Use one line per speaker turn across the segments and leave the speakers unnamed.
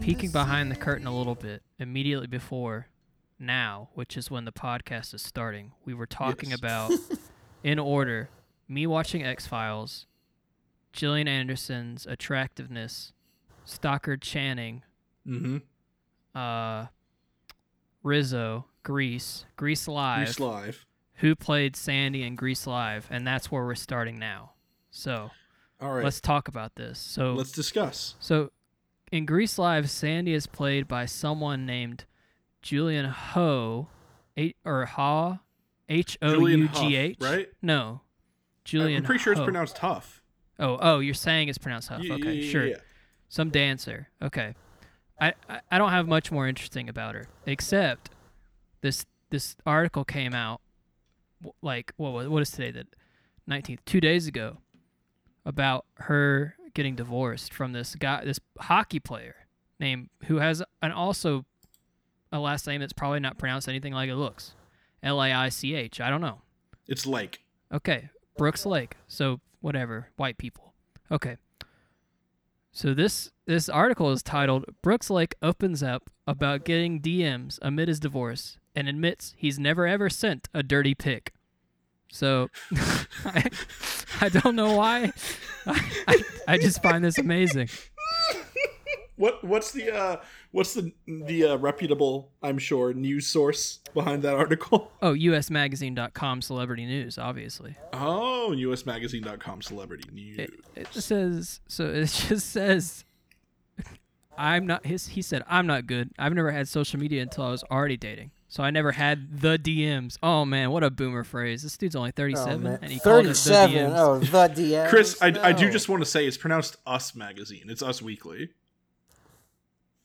peeking behind the curtain a little bit immediately before now, which is when the podcast is starting. We were talking
Yes.
about in order me watching X Files, Gillian Anderson's attractiveness, Stockard Channing,
Mm-hmm.
uh, Rizzo, Grease, Grease Live,
Grease Live.
who played Sandy in Grease Live, and that's where we're starting now. So
All right.
let's talk about this. So
Let's discuss.
so in Grease Live, Sandy is played by someone named Julian Ho, eight, or Ha, H O
Julian
U
Hough,
G H.
right?
No, Julian.
I'm pretty sure it's
Ho.
pronounced Huff.
Oh, oh, you're saying it's pronounced Huff.
Yeah,
okay,
yeah, yeah,
sure.
yeah.
Some dancer. Okay, I, I I don't have much more interesting about her except this this article came out w- like what was, what is today the nineteenth two days ago about her getting divorced from this guy this hockey player named who has an also a last name that's probably not pronounced anything like it looks L A I C H I don't know
It's like
Okay, Brooks Lake. So whatever, white people. Okay. So this this article is titled Brooks Lake opens up about getting DMs amid his divorce and admits he's never ever sent a dirty pic. So I, I don't know why. I, I, I just find this amazing.
what? What's the uh, what's the the uh, reputable? I'm sure news source behind that article.
Oh, usmagazine.com celebrity news, obviously.
Oh, USMagazine.com celebrity news.
it, it says so it just says i'm not his he said i'm not good i've never had social media until i was already dating so i never had the dms oh man what a boomer phrase this dude's only 37
Oh, man.
and he called it the
37.
DMs.
Oh, the DMs.
Chris, I, I do
No.
just want to say it's pronounced Us Magazine. It's Us Weekly.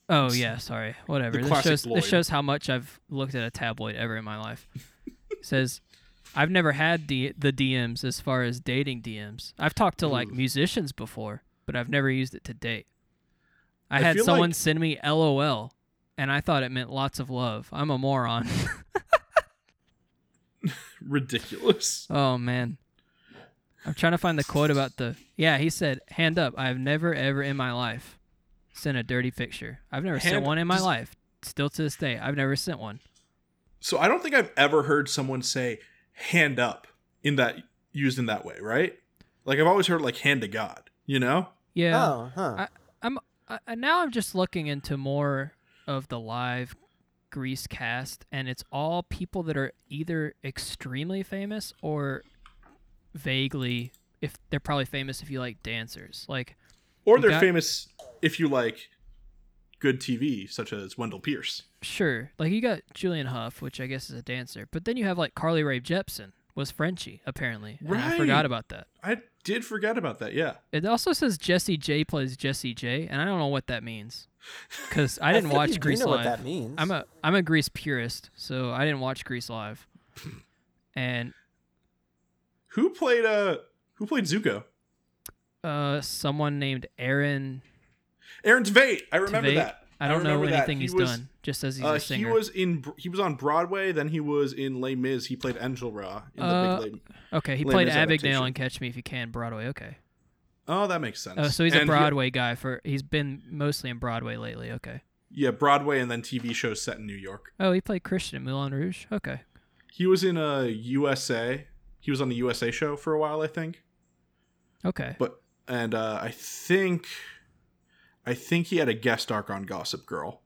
Oh yeah, sorry. Whatever.
The
This
classic
shows,
Lloyd.
this shows how much I've looked at a tabloid ever in my life. It says, I've never had D- the DMs as far as dating DMs. I've talked to like
Ooh.
musicians before, but I've never used it to date. I,
I
had
feel
someone
like-
send me LOL, and I thought it meant lots of love. I'm a moron.
Ridiculous.
oh man. I'm trying to find the quote about the. Yeah, he said, "Hand up! I've never ever in my life sent a dirty picture. I've never sent
Hand-
one in my
just-
life. Still to this day, I've never sent one."
So I don't think I've ever heard someone say "hand up" in that used in that way, right? Like I've always heard like "hand to God," you know?
Yeah.
Oh, huh.
I- I'm I, I- now I'm just looking into more of the live Grease cast, and it's all people that are either extremely famous or vaguely. If they're probably famous, if you like dancers, like
Or
You
they're
got-
famous if you like good TV, such as Wendell Pierce.
sure, like you got Julian Huff, which I guess is a dancer, but then you have like Carly Rae Jepsen was Frenchie apparently, and I
Right.
forgot about that.
I did forget about that. Yeah,
It also says Jesse J plays Jesse J, and I don't know what that means because I
I
didn't
think
watch
you do
Grease
know what
live.
that means.
I'm a I'm a Grease purist, so I didn't watch Grease live. And
who played uh who played Zuko?
uh, someone named Aaron.
Aaron Tveit. I remember
Tveit.
that.
I don't know
remember that.
anything
He
he's
was-
done. Just as he's
uh,
a
he
singer.
was in Br- he was on Broadway. Then he was in Les Mis. He played Enjolra in the
Uh,
big. Les...
okay, he
Lame
played
is
Abigail
adaptation.
and Catch Me If You Can Broadway. Okay.
Oh, that makes sense.
Oh, so he's
And
a
he-
Broadway guy for. He's been mostly in Broadway lately. Okay.
yeah, Broadway and then TV shows set in New York.
Oh, he played Christian in Moulin Rouge. Okay.
He was in uh, a USA. He was on the USA show for a while, I think.
Okay.
But and uh, I think, I think he had a guest arc on Gossip Girl,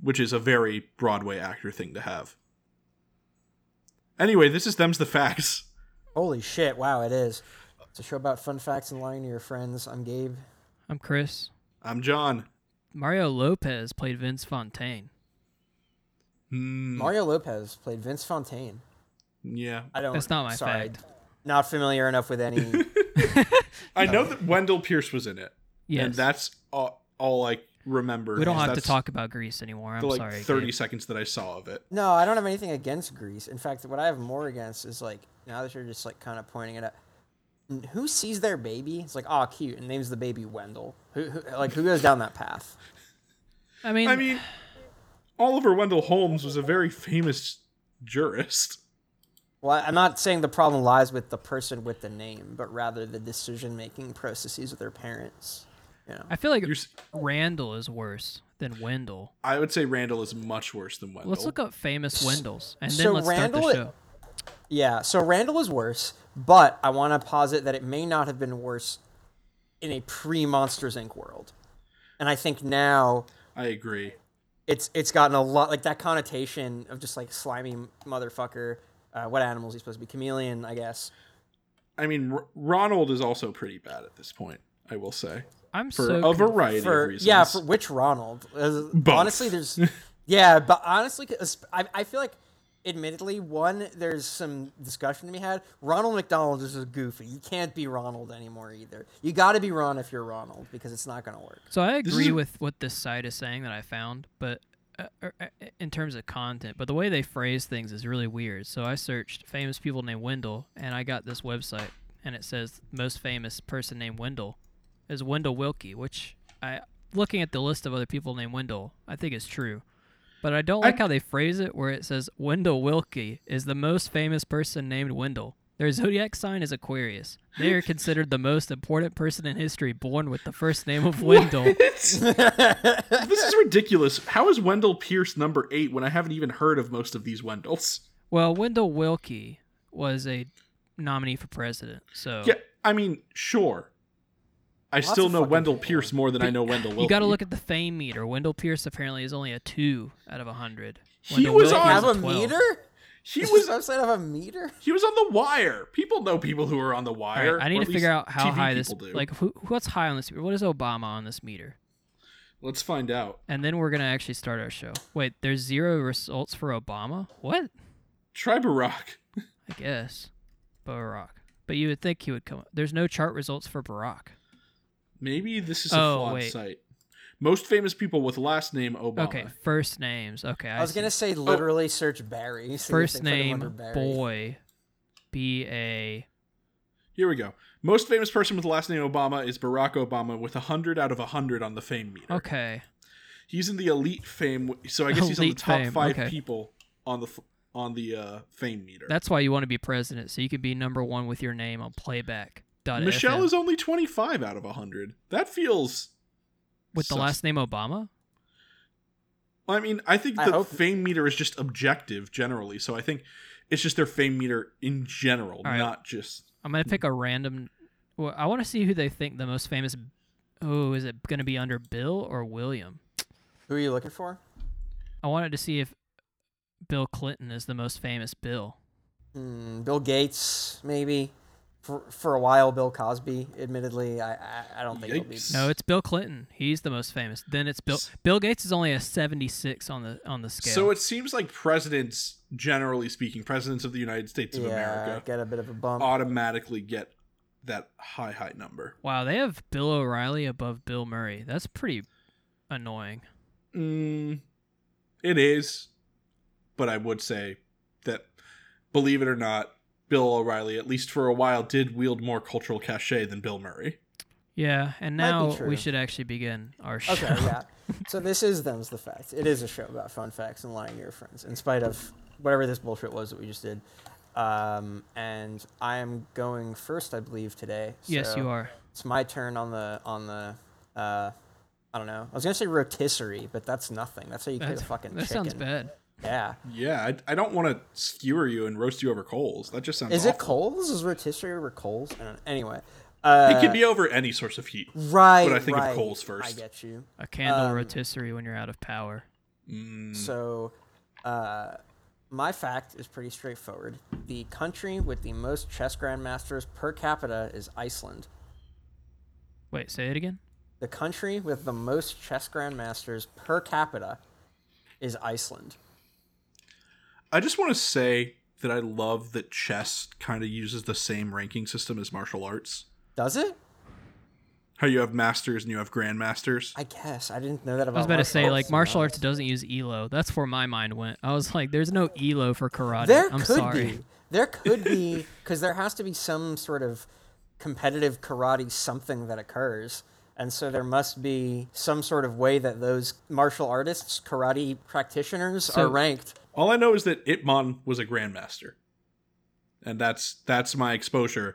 which is a very Broadway actor thing to have. Anyway, this is them's the facts.
Holy shit! Wow, it is. It's a show about fun facts and lying to your friends. I'm Gabe.
I'm Chris.
I'm John.
Mario Lopez played Vince Fontaine.
Hmm,
Mario Lopez played Vince Fontaine.
yeah,
I don't.
That's not my
sorry,
fact.
Not familiar enough with any.
I know that Wendell Pierce was in it,
Yes.
and that's all, all I remember.
we don't
is
have to
that's
talk about Grease anymore. I'm
The like
sorry. Gabe.
thirty seconds that I saw of it.
no, I don't have anything against Greece. In fact, what I have more against is like now that you're just like kind of pointing it out. n- Who sees their baby? It's like, oh, cute, and names the baby Wendell. Who, who like who goes down that path?
I mean,
I mean, Oliver Wendell Holmes was a very famous jurist.
Well, I'm not saying the problem lies with the person with the name, but rather the decision making processes of their parents. Yeah.
I feel like
You're, s-
Randall is worse than Wendell.
I would say Randall is much worse than Wendell.
Let's look up famous Wendells and then
so
let's
Randall-
start the show.
Yeah, so Randall is worse, but I want to posit that it may not have been worse in a pre Monsters Inc. world. And I think now
I agree.
it's it's gotten a lot like that connotation of just like slimy motherfucker. Uh, what animal is he supposed to be? Chameleon, I guess.
I mean, R- Ronald is also pretty bad at this point. I will say
I'm
for
so
a
conf-
variety of
For
reasons.
yeah, for which Ronald? Uh, Honestly, there's yeah, but honestly, 'cause I I feel like. Admittedly, one there's some discussion to be had. Ronald McDonald is just goofy. You can't be Ronald anymore either. You got to be Ron if you're Ronald because it's not gonna work.
So I
This
agree
is-
with what this site is saying that I found, but uh, er, uh, in terms of content, but the way they phrase things is really weird. So I searched famous people named Wendell, and I got this website, and it says most famous person named Wendell is Wendell Wilkie, which I, looking at the list of other people named Wendell, I think is true. But I don't
I-
like how they phrase it, where it says Wendell Wilkie is the most famous person named Wendell. Their zodiac sign is Aquarius. They are considered the most important person in history born with the first name of Wendell.
this is ridiculous. How is Wendell Pierce number eight when I haven't even heard of most of these Wendells?
Well, Wendell Wilkie was a nominee for president, so
Yeah, I mean, sure. I
Lots
still
of
know
fucking
Wendell
people.
Pierce more than I know Wendell Wilkie.
you got to look at the fame meter. Wendell Pierce apparently is only a two out of a hundred.
He was
Wilkie
on-
is
have a
12.
meter?
He
This
was
website have a meter?
he was on the wire. People know people who are on the
All right,
wire.
I
or
need
at
to
least
figure out how
TV
high this
people do.
like who what's high on this meter. What is Obama on this meter?
Let's find out.
And then we're gonna actually start our show. Wait, there's zero results for Obama. What?
Try Barack.
I guess Barack. But you would think he would come. There's no chart results for Barack.
Maybe this is a
Oh,
flawed
wait.
site. Most famous people with last name Obama.
Okay, first names. Okay, I,
I was
see.
gonna say
Oh.
literally search Barry. see if they
first
put him under
name
Barry.
boy, B A.
Here we go. Most famous person with last name Obama is Barack Obama with 100 out of 100 on the fame meter.
Okay.
He's in the elite fame so I guess he's on the
Elite
top
fame,
5
okay.
people on the f- on the uh, fame meter.
That's why you want to be president, so you can be number one with your name on playback.
Michelle is only 25 out of 100. That feels
with the
sus-
last name Obama.
I mean, I think
I
the
hope-
fame meter is just objective generally, so I think it's just their fame meter in general,
All right.
not just
I'm gonna pick a random. Well, I want to see who they think the most famous. Oh, is it gonna be under Bill or William?
Who are you looking for?
I wanted to see if Bill Clinton is the most famous Bill.
Hmm, Bill Gates, maybe. For, for a while, Bill Cosby. Admittedly, I I, I don't think it'll be.
Yikes.
No, it's Bill Clinton. He's the most famous. Then it's Bill. Bill Gates is only a 76 on the on the scale.
So it seems like presidents generally speaking, presidents of the United States of
yeah,
America
get a bit of a bump.
automatically get that high high number.
wow, they have Bill O'Reilly above Bill Murray. That's pretty annoying.
Mm, it is, but I would say that, believe it or not, Bill O'Reilly, at least for a while, did wield more cultural cachet than Bill Murray.
Yeah, and
Might be
now
true.
we should actually begin our
Oh.
show.
okay, yeah. So this is them's the facts. It is a show about fun facts and lying to your friends, in spite of whatever this bullshit was that we just did. Um, and I am going first, I believe today.
Yes,
so-
you are.
It's my turn on the on the. Uh, I don't know. I was gonna say rotisserie, but that's nothing. That's how you cook a
That's-
fucking
that
chicken.
sounds bad.
Yeah.
Yeah, I, I don't want to skewer you and roast you over coals. That just sounds.
Is
awful.
it Coles? Is rotisserie over Coles? I don't know. Anyway. Uh,
It can be over any source of heat.
right.
but I think of
right.
Coles
I
first.
get you.
A candle
Um,
rotisserie when you're out of power.
So, uh, my fact is pretty straightforward. The country with the most chess grandmasters per capita is Iceland.
Wait, say it again.
The country with the most chess grandmasters per capita is Iceland.
I just want to say that I love that chess kind of uses the same ranking system as martial arts.
Does it?
How you have masters and you have grandmasters.
I guess I didn't know that about.
I was about to say, like, martial
arts.
arts doesn't use ELO. That's where my mind went. I was like, there's no ELO for karate.
There
I'm
could
sorry.
be. There could be because there has to be some sort of competitive karate something that occurs, and so there must be some sort of way that those martial artists, karate practitioners, are
So-
ranked.
All I know is that Ip Man was a grandmaster, and that's that's my exposure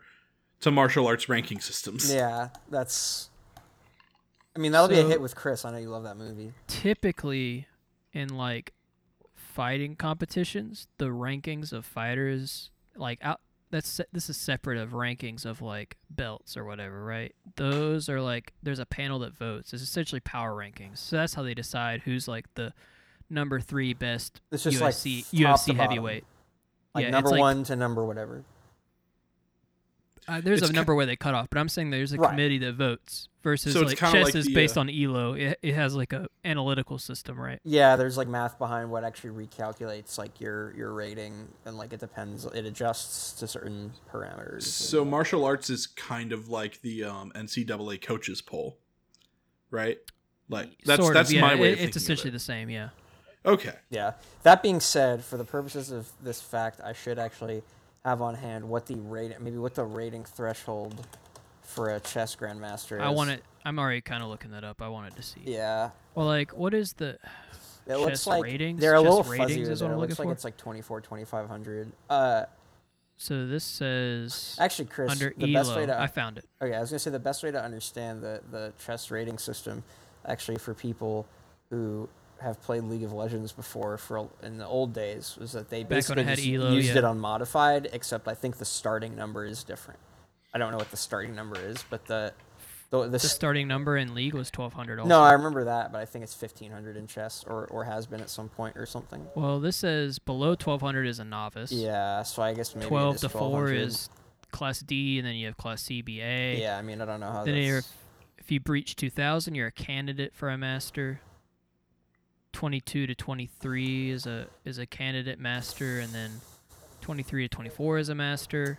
to martial arts ranking systems.
Yeah, that's I mean, that'll be a
So-
hit with Chris. I know you love that movie.
typically in like fighting competitions, the rankings of fighters like out that's se- this is separate of rankings of like belts or whatever, right? Those are like there's a panel that votes. It's essentially power rankings. So that's how they decide who's like the number 3 best
It's just like
UFC
top to
UFC
bottom.
heavyweight.
Like
Yeah, it's
number
like-
one to number whatever.
Uh, there's
It's
a
ki-
number where they cut off, but I'm saying there's a
Right.
committee that votes versus
So it's
like
kinda
chess
like
is
the,
based
uh,
on Elo. It, it has like a analytical system, right?
Yeah, there's like math behind what actually recalculates like your your rating, and like it depends. It adjusts to certain parameters.
So martial arts is kind of like the um, NCAA coaches poll, right? Like that's
sort
that's
of, yeah.
my way.
It-
of
it's
thinking of
essentially
it.
the same, yeah.
Okay.
Yeah. That being said, for the purposes of this fact, I should actually have on hand what the rating, maybe what the rating threshold for a chess grandmaster is.
I want to. I'm already kind of looking that up. I wanted to see.
Yeah.
Well, like, what is the?
It looks
Chess
like
ratings?
they're a
Chess
little
ratings
fuzzier.
is what
there.
I'm
it looks
looking
like
for?
it's like 24, 2500. Uh,
So this says
actually, Chris,
under
the best way
Elo.
to
I found it.
Okay, I was gonna say the best way to understand the the chess rating system, actually, for people who have played League of Legends before for in the old days, was that they
Back when it
basically
had
just
Elo,
used
yeah.
it on modified. Except I think the starting number is different. I don't know what the starting number is, but the the, the,
The
s-
starting number in league was 1,200. Also.
no, I remember that, but I think it's fifteen hundred in chess, or or has been at some point or something.
Well, this says below 1,200 is a novice.
Yeah, so I guess maybe it
12
is
to 4
1200.
is class D, and then you have class CBA.
yeah. I mean, I don't know how.
Then you're,
Oh, that's-
if you breach 2,000, you're a candidate for a master. 22 to 23 is a is a candidate master, and then 23 to 24 is a master.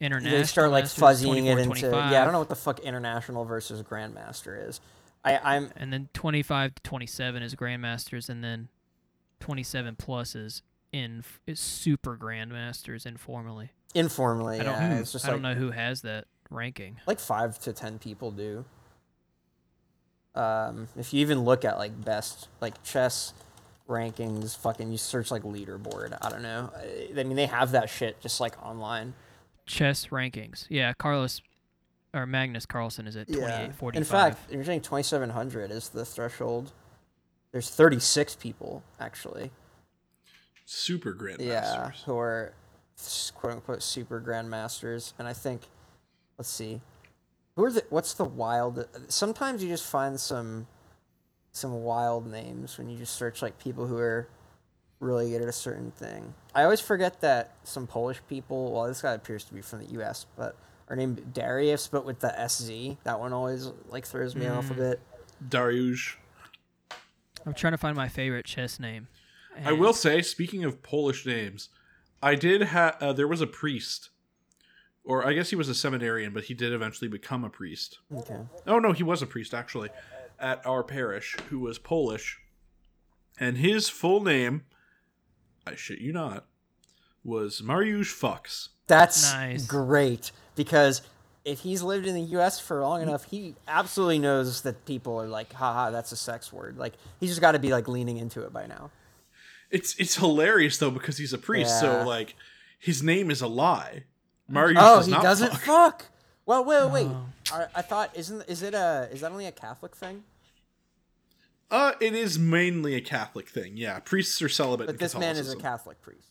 International.
they start like
masters is
fuzzying it
24,
into
25.
yeah i don't know what the fuck international versus grandmaster is i i'm
and then 25 to 27 is grandmasters and then 27 plus is in is super grandmasters informally
informally
i don't,
yeah, it's just
I
like
don't know who has that ranking
like five to ten people do um if you even look at like best like chess rankings fucking you search like leaderboard i don't know i I mean they have that shit just like online
chess rankings yeah carlos or magnus carlson is at 2845
in fact if you're saying 2700 is the threshold there's 36 people actually
Super grandmasters.
yeah, who are s- quote unquote super grandmasters. And I think, let's see, who are the? What's the wild? Sometimes you just find some, some wild names when you just search like people who are really good at a certain thing. I always forget that some Polish people. Well, this guy appears to be from the U.S., but are named Darius, but with the SZ. That one always like throws me off a bit.
Dariusz.
i'm trying to find my favorite chess name
I will say, speaking of Polish names, I did have. Uh, there was a priest, or I guess he was a seminarian, but he did eventually become a priest.
Okay.
Oh no, he was a priest actually, at our parish, who was Polish, and his full name, I shit you not, was Mariusz Fox.
That's
Nice.
great because if he's lived in the U.S. for long enough, he absolutely knows that people are like, haha, that's a sex word. Like he's just got to be like leaning into it by now.
It's it's hilarious though because he's a priest,
Yeah.
so like his name is a lie. Mariusz
oh,
does
he
not
doesn't
fuck.
fuck. Well, wait, wait. wait. I, I thought isn't is it a is that only a Catholic thing?
Uh, it is mainly a Catholic thing. Yeah, priests are celibate. in
But this man is a
Catholicism.
Catholic priest.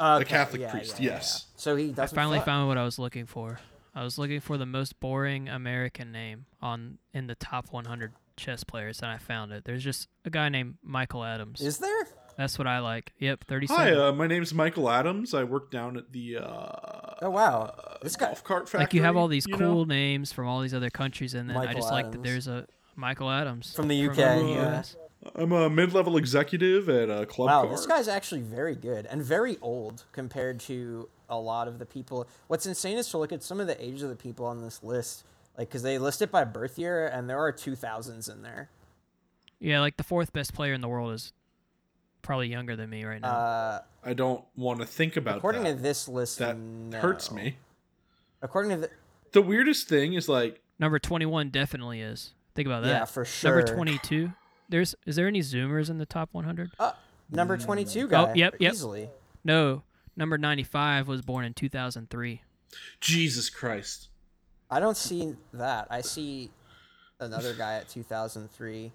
Okay,
Catholic priest, yes.
So he doesn't.
I finally
fuck.
found what I was looking for. I was looking for the most boring American name on in the top 100 chess players, and I found it. There's just a guy named Michael Adams.
Is there?
That's what I like. Yep, 37.
Hi, uh, my name's Michael Adams. I work down at the uh,
Oh wow, this guy.
golf cart factory.
like you have all these
you know?
cool names from all these other countries, and then I
Michael
just like that
Adams.
there's a Michael Adams
From the UK,
over
yeah.
US.
I'm a mid-level executive at a club.
Wow,
car.
this guy's actually very good and very old compared to a lot of the people. What's insane is to look at some of the ages of the people on this list, like because they list it by birth year, and there are two thousands in there.
Yeah, like the fourth best player in the world is probably younger than me right now.
Uh,
I don't want to think about
according
that.
to this list,
that
no.
hurts me.
According to the,
The weirdest thing is like
Number 21 definitely is. Think about that.
yeah, for sure.
Number 22. There's is there any zoomers in the top 100?
Uh, number
Mm. Oh,
twenty-two guy.
yep, yep.
Easily.
No, number 95 was born in 2003.
Jesus Christ.
I don't see that. I see. another guy at 2003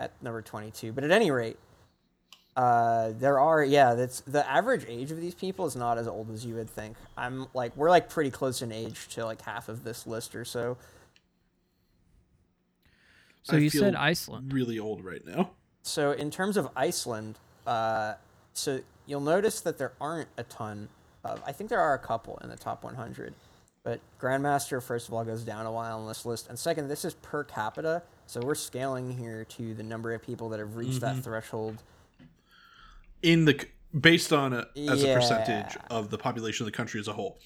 at number 22. But at any rate, uh, there are yeah. That's the average age of these people is not as old as you would think. I'm like we're like pretty close in age to like half of this list or so.
So
I
you
feel
said Iceland.
Really old right now.
So in terms of Iceland, uh, so you'll notice that there aren't a ton of. I think there are a couple in the top 100, but Grandmaster first of all goes down a while on this list, and second, this is per capita. So we're scaling here to the number of people that have reached that threshold.
In the c- based on a, as a percentage
Yeah.
of the population of the country as a whole,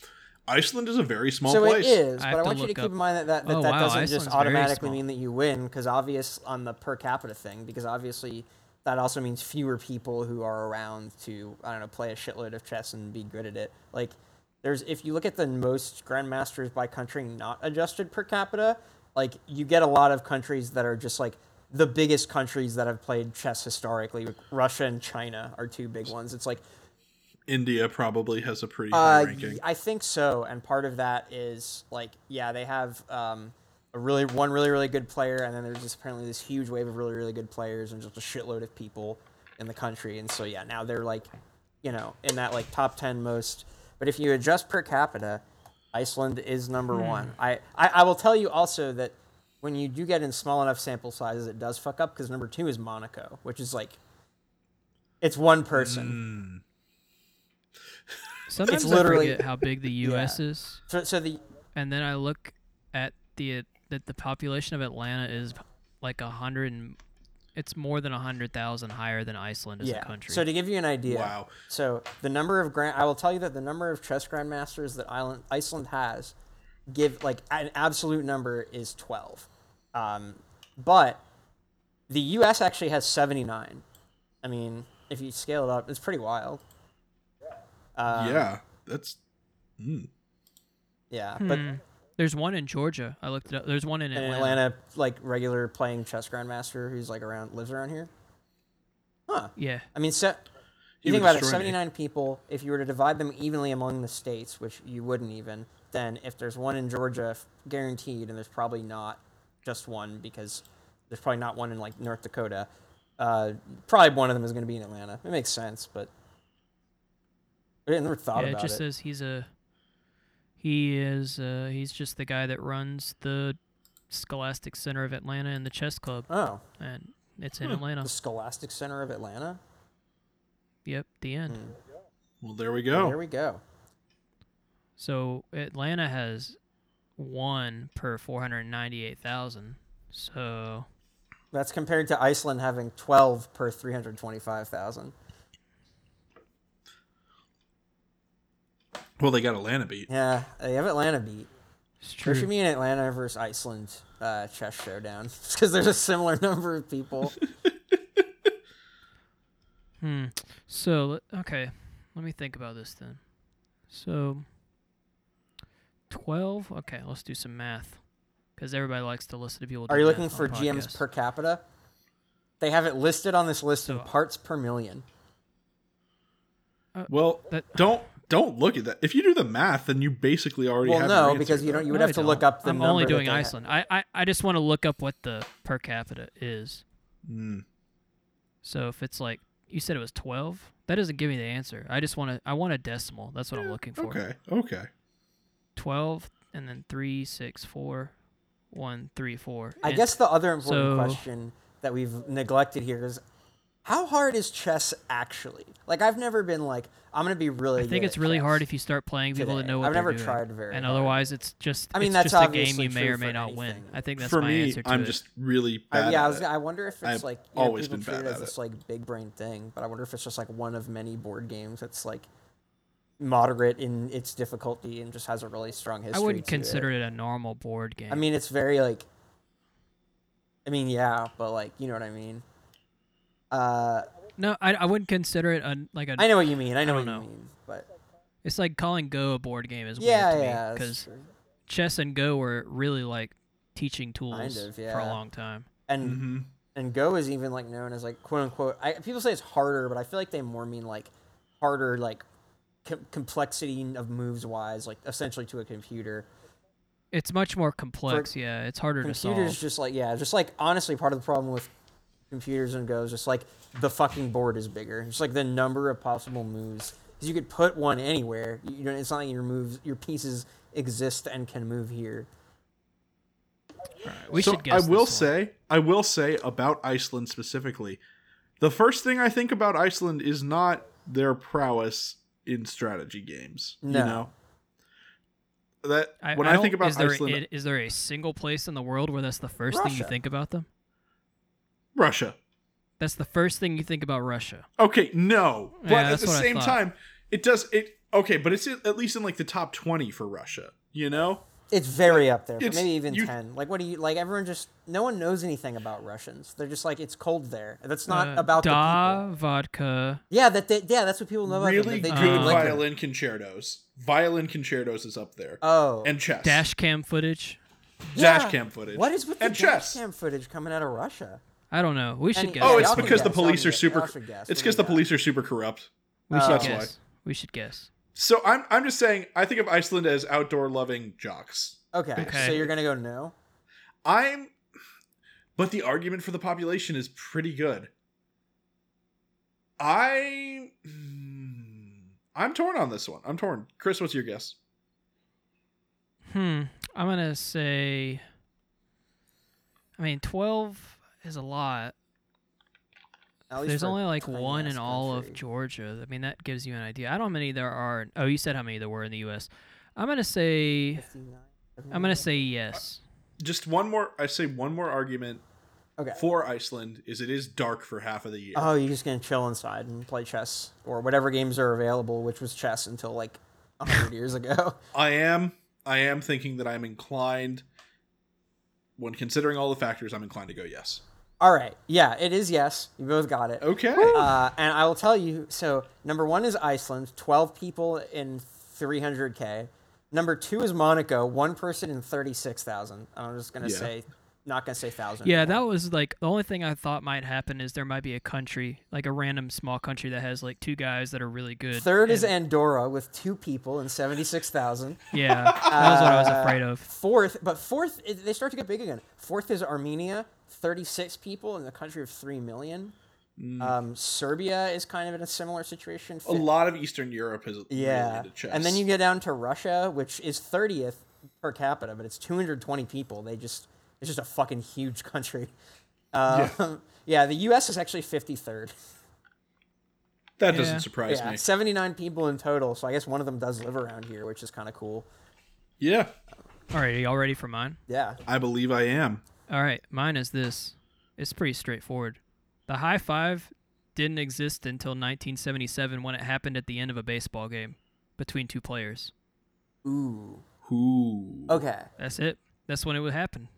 Iceland is a very small
So
place.
it is,
I have
but I
to
want you
look
to keep
up-
in mind that that, that,
Oh,
that
wow,
doesn't
Iceland's
just
very
automatically
small.
mean that you win, because obvious on the per capita thing, because obviously that also means fewer people who are around to I don't know play a shitload of chess and be good at it. Like there's if you look at the most grandmasters by country not adjusted per capita, like you get a lot of countries that are just like the biggest countries that have played chess historically. Russia and China are two big ones. It's like
India probably has a pretty high
uh,
ranking.
I think so, and part of that is like, yeah, they have um, a really one really really good player, and then there's just apparently this huge wave of really really good players and just a shitload of people in the country, and so yeah, now they're like, you know, in that like top ten most. But if you adjust per capita, Iceland is number one. I, I I will tell you also that when you do get in small enough sample sizes, it does fuck up because number two is Monaco, which is like. It's one person.
Sometimes
literally-
I forget how big the U.S. is,
So, so the
and then I look at the that the population of Atlanta is like a hundred. and- It's more than a hundred thousand higher than Iceland as a country.
So to give you an idea,
Wow.
So the number of grand, I will tell you that the number of chess grandmasters that Island, Iceland has, give like an absolute number is twelve, um, but the U.S. actually has seventy nine. I mean, if you scale it up, it's pretty wild. Um, Uh,
yeah, that's mm,
Yeah,
Hmm.
but
There's one in Georgia. I looked it up. There's one in
in
Atlanta.
Atlanta, like regular playing chess grandmaster who's like around lives around here. Huh.
Yeah.
I mean, se-
He
you
would
think about it,
destroy me.
79 people, if you were to divide them evenly among the states, which you wouldn't even, then if there's one in Georgia, f- guaranteed, and there's probably not just one because there's probably not one in like North Dakota, uh, probably one of them is going to be in Atlanta. It makes sense, but I never thought
Yeah, it
about
just
it.
says he's a he is uh he's just the guy that runs the Scholastic Center of Atlanta and the chess club
oh,
and it's in Atlanta.
the Scholastic Center of Atlanta?
Yep, the end.
Hmm.
well. There we go.
There we go.
So Atlanta has one per 498,000. So
That's compared to Iceland having 12 per 325,000.
Well, they got Atlanta beat.
Yeah, they have Atlanta beat.
it's
There
true.
should be an Atlanta versus Iceland uh, chess showdown because there's a similar number of people.
Hmm. So le- okay, let me think about this then. So twelve. Okay, let's do some math because everybody likes to listen to people.
Are
do
you
math
looking
on
for GMs
podcasts.
per capita? They have it listed on this list in
So-
parts per million.
Well,
That-
don't don't look at that. If you do the math, then you basically already
Well,
have
no,
your
because
answer,
you don't. You would
No,
have
I
to look
don't.
up the
I'm
number.
only
that
doing
they ha-
Iceland. I, I I just want to look up what the per capita is.
though. Mm.
So if it's like you said it was 12, that doesn't give me the answer. I just want to I want a decimal. That's what I'm looking for.
Okay, okay.
12 and then three, six, four, one, three, four.
I
And
guess the other important
So-
question that we've neglected here is how hard is chess actually? Like I've never been like I'm gonna be really.
I think it's really hard if you start playing people that
today.
know what
I've
they're
never
doing.
tried very
And
hard.
otherwise it's just
I mean,
it's
that's
just a game
obviously
you may
true
or may
for
not win.
anything.
I think that's
For
my
me,
answer to
I'm
it.
just really bad.
I, yeah, I,
at
was,
it.
gonna- I wonder if it's
I've
like you
always
know, people
been bad
treat it as
at
this
it.
like big brain thing, but I wonder if it's just like one of many board games that's like moderate in its difficulty and just has a really strong
I
history.
wouldn't
to
consider
It.
it a normal board game.
I mean, it's very like. I mean, yeah, but like you know what I mean. Uh,
no, I, I wouldn't consider it a like a
I know what you mean. I know what
don't know.
you mean, but
It's like calling Go a board game is
yeah,
weird to
yeah,
me
that's
because
true.
chess and Go were really like teaching tools
of,
for a
yeah.
long time.
and
Mm-hmm.
Mhm.
and Go is even like known as like quote unquote. I, people say it's harder, but I feel like they more mean like harder, like com- complexity of moves wise, like essentially to a computer.
It's much more complex. yeah, it's harder to solve.
computers just like yeah just like honestly part of the problem with computers and go is just like the fucking board is bigger it's like the number of possible moves 'Cause you could put one anywhere you you know it's not like your moves your pieces exist and can move here
We
so
should guess.
I will
this one.
say, I will say about Iceland specifically, the first thing I think about Iceland is not their prowess in strategy games. You
No.
know? That when
I
I,
don't-
think about
is there,
Iceland,
i- is there a single place in the world where that's the first thing you
Russia.
think about them?
Russia.
That's the first thing you think about Russia.
Okay, no, but
Yeah,
at
that's
the
what I
same
thought.
time, it does it. Okay, but it's at least in like the top twenty for Russia. You know,
it's very up there
It's-
maybe even
you-
10 like what do you like everyone just no one knows anything about russians they're just like it's cold there that's not
Uh,
about the
da
people
vodka.
yeah that they, yeah that's what people know about
really
them, that
good
they
Uh,
drink liquor.
violin concertos. Violin concertos is up there,
oh
and chess.
Dash cam footage.
dash
Yeah.
cam footage.
what is with the
and
dash
chess?
cam footage coming out of russia
I don't know. We should
Any-
guess.
Oh,
Yeah,
it's
y'all can
because the
guess, y'all
police
can
are
guess,
super.
y'all should guess,
It's
what
because
do
the
you got?
police are super corrupt.
we should
that's
guess. We should guess.
So I'm I'm just saying. I think of Iceland as outdoor loving jocks.
okay,
Okay.
so you're gonna go no
I'm, but the argument for the population is pretty good. I, hmm, I'm torn on this one. I'm torn. Chris, what's your guess?
Hmm. I'm gonna say. I mean, twelve is a lot.
At least
There's
for a
only like
tiny
one in
ass
all of
country.
Georgia. I mean, that gives you an idea. I don't know how many there are. Oh, you said how many there were in the U.S. I'm gonna say.
59, Um,
I'm gonna say yes.
Just one more. I say one more argument
Okay.
for Iceland is it is dark for half of the year.
Oh, you're just gonna chill inside and play chess or whatever games are available, which was chess until like hundred years ago.
I am. I am thinking that I'm inclined. When considering all the factors, I'm inclined to go yes.
All right, yeah, it is yes. You both got it.
Okay.
Uh, and I will tell you. So number one is Iceland, twelve people in three hundred k. Number two is Monaco, one person in thirty six thousand. I'm just gonna
Yeah.
say, not gonna say thousand.
Yeah, that was like the only thing I thought might happen is there might be a country, like a random small country that has like two guys that are really good.
Third is Andorra with two people and seventy six thousand.
Yeah, that was what I was
Uh,
afraid of.
Fourth, but fourth, i- they start to get big again. Fourth is Armenia, 36 people in the country of 3 million. Um, Serbia is kind of in a similar situation.
a
Fi-
lot of Eastern Europe is
yeah.
related to chess.
And then you get down to Russia, which is 30th per capita, but it's 220 people. They just, it's just a fucking huge country. Um, yeah. the US is actually 53rd.
that doesn't
Yeah.
surprise
Yeah,
me.
79 people in total. So I guess one of them does live around here, which is kind of cool.
Yeah,
All right, are y'all ready for mine?
Yeah.
I believe I am.
All right, mine is this. It's pretty straightforward. The high five didn't exist until 1977 when it happened at the end of a baseball game between two players.
Ooh.
Who?
Okay.
That's it. That's when it would happen.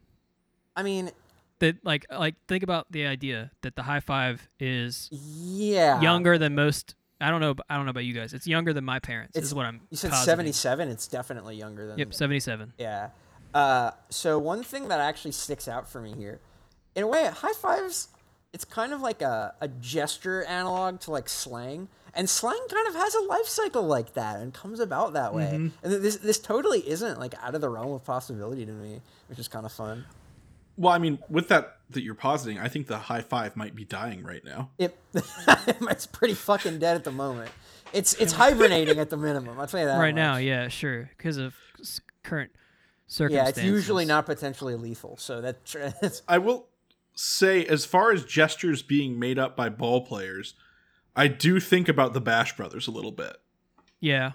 I mean,
That like like think about the idea that the high five is
yeah.
younger than most. I don't know. I don't know about you guys. It's younger than my parents.
It's-
is what I'm.
You said
positing.
77. It's definitely younger than.
Yep, 77.
Yeah. Uh, so one thing that actually sticks out for me here, in a way, high fives. It's kind of like a, a gesture analog to like slang, and slang kind of has a life cycle like that and comes about that way.
Mm-hmm.
And th- this this totally isn't like out of the realm of possibility to me, which is kind of fun.
Well, I mean, with that that you're positing, I think the high five might be dying right now.
It, it's pretty fucking dead at the moment. It's it's hibernating at the minimum. I'll tell you that
Right now,
much.
yeah, sure, because of s- current
Yeah,
circumstances.
it's usually not potentially lethal, so that tr- it's
I will say, as far as gestures being made up by ball players, I do think about the Bash Brothers a little bit.
Yeah,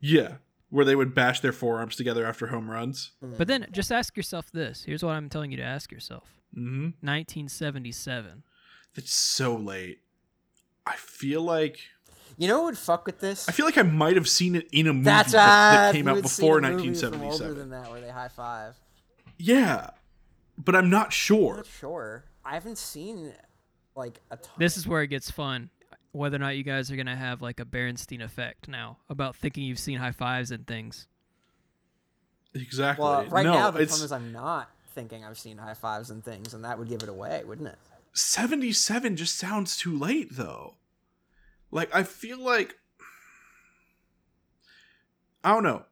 Yeah, where they would bash their forearms together after home runs.
Mm.
but then just ask yourself this. Here's what I'm telling you to ask yourself.
Mm-hmm.
1977.
It's so late. I feel like
You know what would fuck with this?
I feel like I might have seen it in a movie
That's
that, that
uh,
came
you
out
would see
before
the movie from Older
1977.
than that, where they high five.
Yeah, but I'm not
I'm
sure.
not sure. I haven't seen like a ton.
This is where it gets fun. Whether or not you guys are gonna have like a Berenstein effect now about thinking you've seen high fives and things.
Exactly.
well, right
no,
now the
it's
problem is I'm not thinking I've seen high fives and things, and that would give it away, wouldn't it?
77 just sounds too late though. Like I feel like I don't know.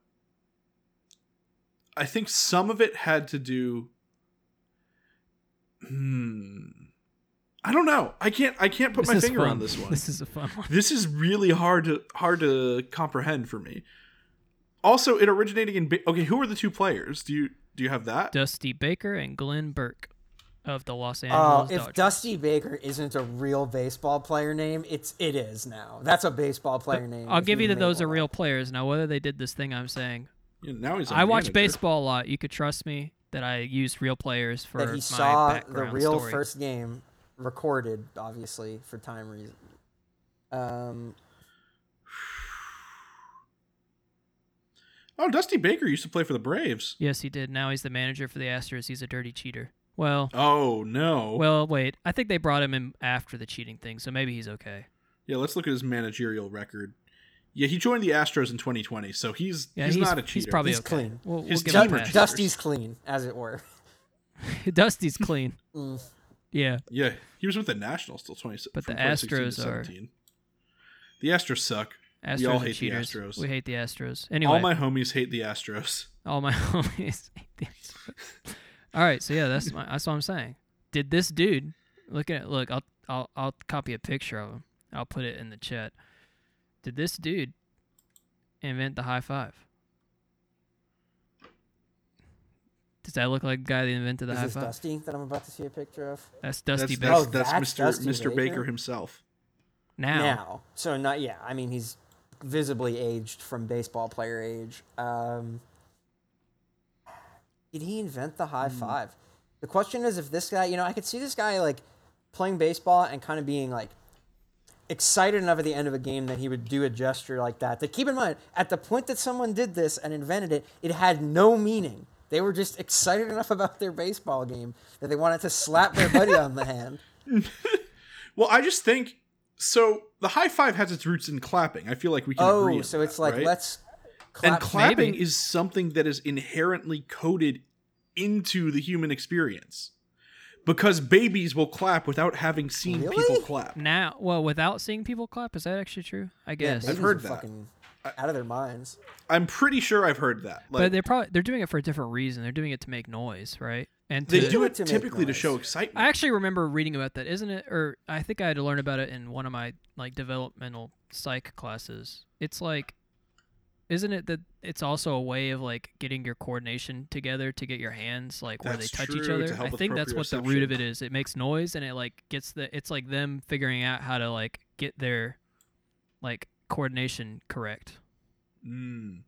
I think some of it had to do. Hmm. I don't know. I can't. I can't put
This
my
is
finger
fun.
on this one.
This is a fun one.
This is really hard to hard to comprehend for me. Also, it originating in Ba- okay. Who are the two players? Do you do you have that?
Dusty Baker and Glenn Burke of the Los
Oh,
Angeles
if
Dodgers.
Dusty Baker isn't a real baseball player name, it's it is now. That's a baseball player name.
I'll
if
give you that those
label
are real players. Now, whether they did this thing I'm saying,
Yeah, now he's. a
I watch
manager.
baseball a lot. You could trust me that I use real players for
that he
my
saw the
background
real
story.
first game recorded, obviously for time reason. Um,
Oh, Dusty Baker used to play for the Braves.
Yes, he did. Now he's the manager for the Astros. He's a dirty cheater. Well,
Oh no.
well, wait. I think they brought him in after the cheating thing, so maybe he's okay.
yeah, let's look at his managerial record. Yeah, he joined the Astros in 2020, so he's
Yeah,
he's,
he's,
not a cheater.
He's probably
He's
okay.
clean.
We'll, we'll
His
give
team
him
are
a pass.
just-
Dusty's clean, as it were.
Dusty's clean.
Mm.
Yeah.
yeah, he was with the Nationals till 20.
But
from
the
2016 to
Astros are-
17. The Astros suck.
Astros
all
are
hate the
cheaters.
Astros.
We hate the Astros. Anyway,
All my homies hate the Astros.
all my homies hate the Astros. all right, so yeah, that's my, that's what I'm saying. Did this dude look at look? I'll I'll I'll copy a picture of him. I'll put it in the chat. Did this dude invent the high five? Does that look like the guy that invented the
Is
high
this
five?
Dusty that I'm about to see a picture of
That's Dusty Baker.
that's,
Baker.
that's,
Oh,
that's
that's
Mr.
Dusty
Mr. Baker,
Baker?
himself.
now.
now? So not yeah. I mean, he's visibly aged from baseball player age. Um, did he invent the
Hmm.
high five? The question is if this guy, you know, I could see this guy like playing baseball and kind of being like excited enough at the end of a game that he would do a gesture like that. To keep in mind, at the point that someone did this and invented it, it had no meaning. They were just excited enough about their baseball game that they wanted to slap their buddy on the hand.
Well, I just think so. The high five has its roots in clapping. I feel like we can. agree
Oh,
on
so
that,
it's like
right?
let's
and
clap.
clapping
Maybe.
is something that is inherently coded into the human experience because babies will clap without having seen
Really?
people clap.
Now, well, without seeing people clap, is that actually true? I
Yeah,
guess.
babies
heard that.
are Fucking out of their minds.
I'm pretty sure I've heard that. Like,
but they're probably they're doing it for a different reason. They're doing it to make noise, right? And
they
to-
do it
to make
typically to
noise.
show excitement.
I actually remember reading about that, isn't it? Or I think I had to learn about it in one of my like developmental psych classes. It's like, isn't it that it's also a way of like getting your coordination together to get your hands like where
That's
they touch each
true, to
other?
help
I
with
think that's what the root of
proprioception.
it is. It makes noise and it like gets the. It's like them figuring out how to like get their like coordination correct.
Mm.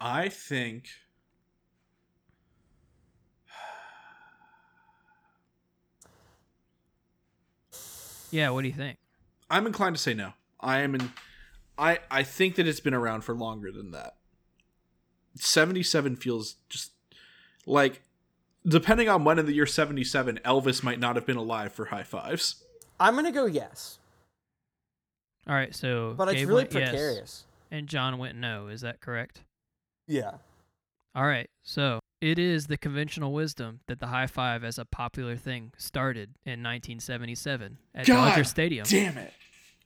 I think.
Yeah. What do you think?
I'm inclined to say no. I am in I I think that it's been around for longer than that. 77 feels just like depending on when in the year 77 Elvis might not have been alive for high fives.
I'm gonna go yes,
All right. So,
but it's
Gabe
really
went yes,
precarious.
and John went no. Is that correct?
Yeah.
All right, so it is the conventional wisdom that the high five as a popular thing started in 1977 at Dodger Stadium.
Damn it.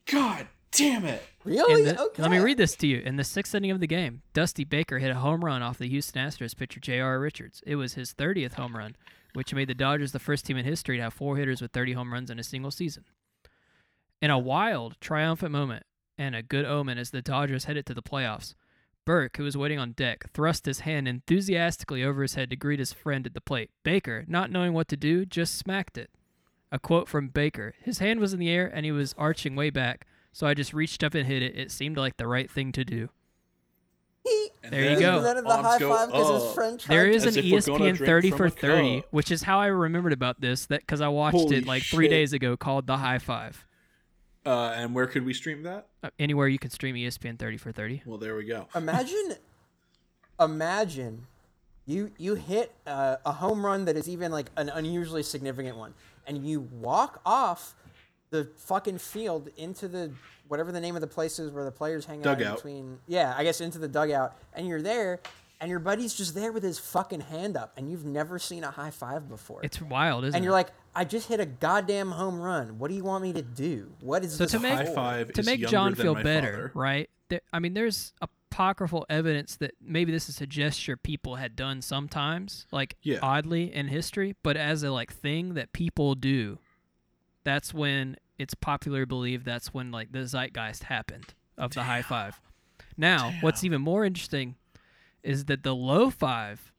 God damn it.
Really?
In the-
okay.
Let me read this to you. In the sixth inning of the game, Dusty Baker hit a home run off the Houston Astros pitcher J.R. Richards. It was his 30th home run, which made the Dodgers the first team in history to have four hitters with 30 home runs in a single season. In a wild, triumphant moment, and a good omen as the Dodgers headed to the playoffs, Burke, who was waiting on deck, thrust his hand enthusiastically over his head to greet his friend at the plate. Baker, not knowing what to do, just smacked it. A quote from Baker His hand was in the air and he was arching way back, so I just reached up and hit it. It seemed like the right thing to do.
And
There you
then
go.
Presented the
arms
high
go
five because
up.
his friend tried
There
to-
is an E
As if we're gonna
ESPN
drink
30
from
for
a
30,
cup.
which is how I remembered about this that cuz I watched
Holy
it like 3
shit.
days ago called The High Five.
Uh, and where could we stream that?
Uh, Anywhere you can stream ESPN 30 for 30.
Well, there we go.
Imagine, imagine, you you hit uh, a home run that is even like an unusually significant one, and you walk off the fucking field into the whatever the name of the place is where the players hang out in
Dugout.
between. Yeah, I guess into the dugout, and you're there, and your buddy's just there with his fucking hand up, and you've never seen a high five before.
It's wild, isn't it?
and you're like, I just hit a goddamn home run. What do you want me to do? What is
So
this
to make
High
hole?"
five
to
is
make
younger
John
than
feel
my
better,
father.
right? There, I mean, there's a apocryphal evidence that maybe this is a gesture people had done sometimes, like
Yeah.
oddly in history, but as a like thing that people do. That's when it's popular believed that's when like the zeitgeist happened of the high five. Now, what's even more interesting is that the low five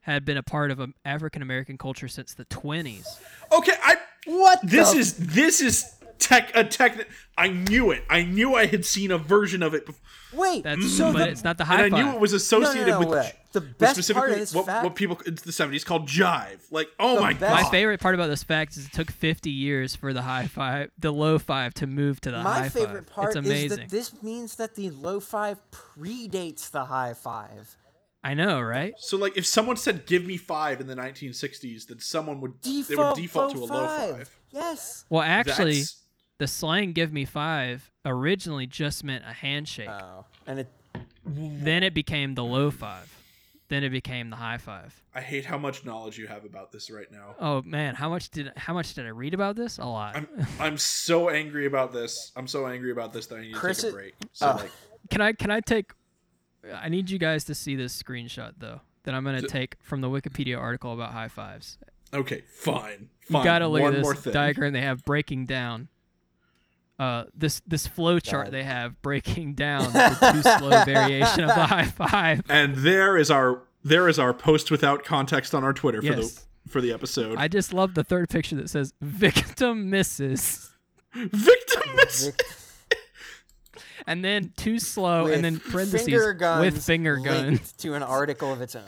had been a part of um, African American culture since the 20s.
Okay, I
What
this
the-
is this is tech a tech I knew it. I knew I had seen a version of it before.
Wait,
That's
so
but
the,
it's not the high
And I
five.
knew it was associated
No, no, no,
with
wait. The
with
best part of
specifically
this
what,
fact-
what people it's the 70s called jive. Like, oh my
best-
My
god.
favorite part about this fact is it took 50 years for the high five, the low five, to move to the
my
high
favorite
five.
part
it's
is
amazing.
that this means that the low five predates the high five.
I know, right?
So like if someone said give me 5 in the 1960s, then someone would they would
Default,
default to a
faux
low
five.
5.
Yes.
Well, actually,
That's-
the slang "give me five originally just meant a handshake.
Oh, and it
then it became the low five. Then it became the high five.
I hate how much knowledge you have about this right now.
Oh man, how much did how much did I read about this? A lot.
I'm I'm so angry about this. I'm so angry about this that I need
Chris
to
is-
take a break. So
Oh.
like
Can I can I take? I need you guys to see this screenshot though that I'm gonna take from the Wikipedia article about high fives.
okay, fine. Fine.
You gotta look
One
at
more
this
thing.
diagram they have breaking down. Uh, this this flow chart
God.
they have breaking down the too slow variation of the high five.
And there is our there is our post without context on our Twitter for
Yes.
the for the episode.
I just love the third picture that says victim misses,
Victim is
and then too slow,
with
and then parentheses
finger guns
with finger gun.
linked to an article of its own.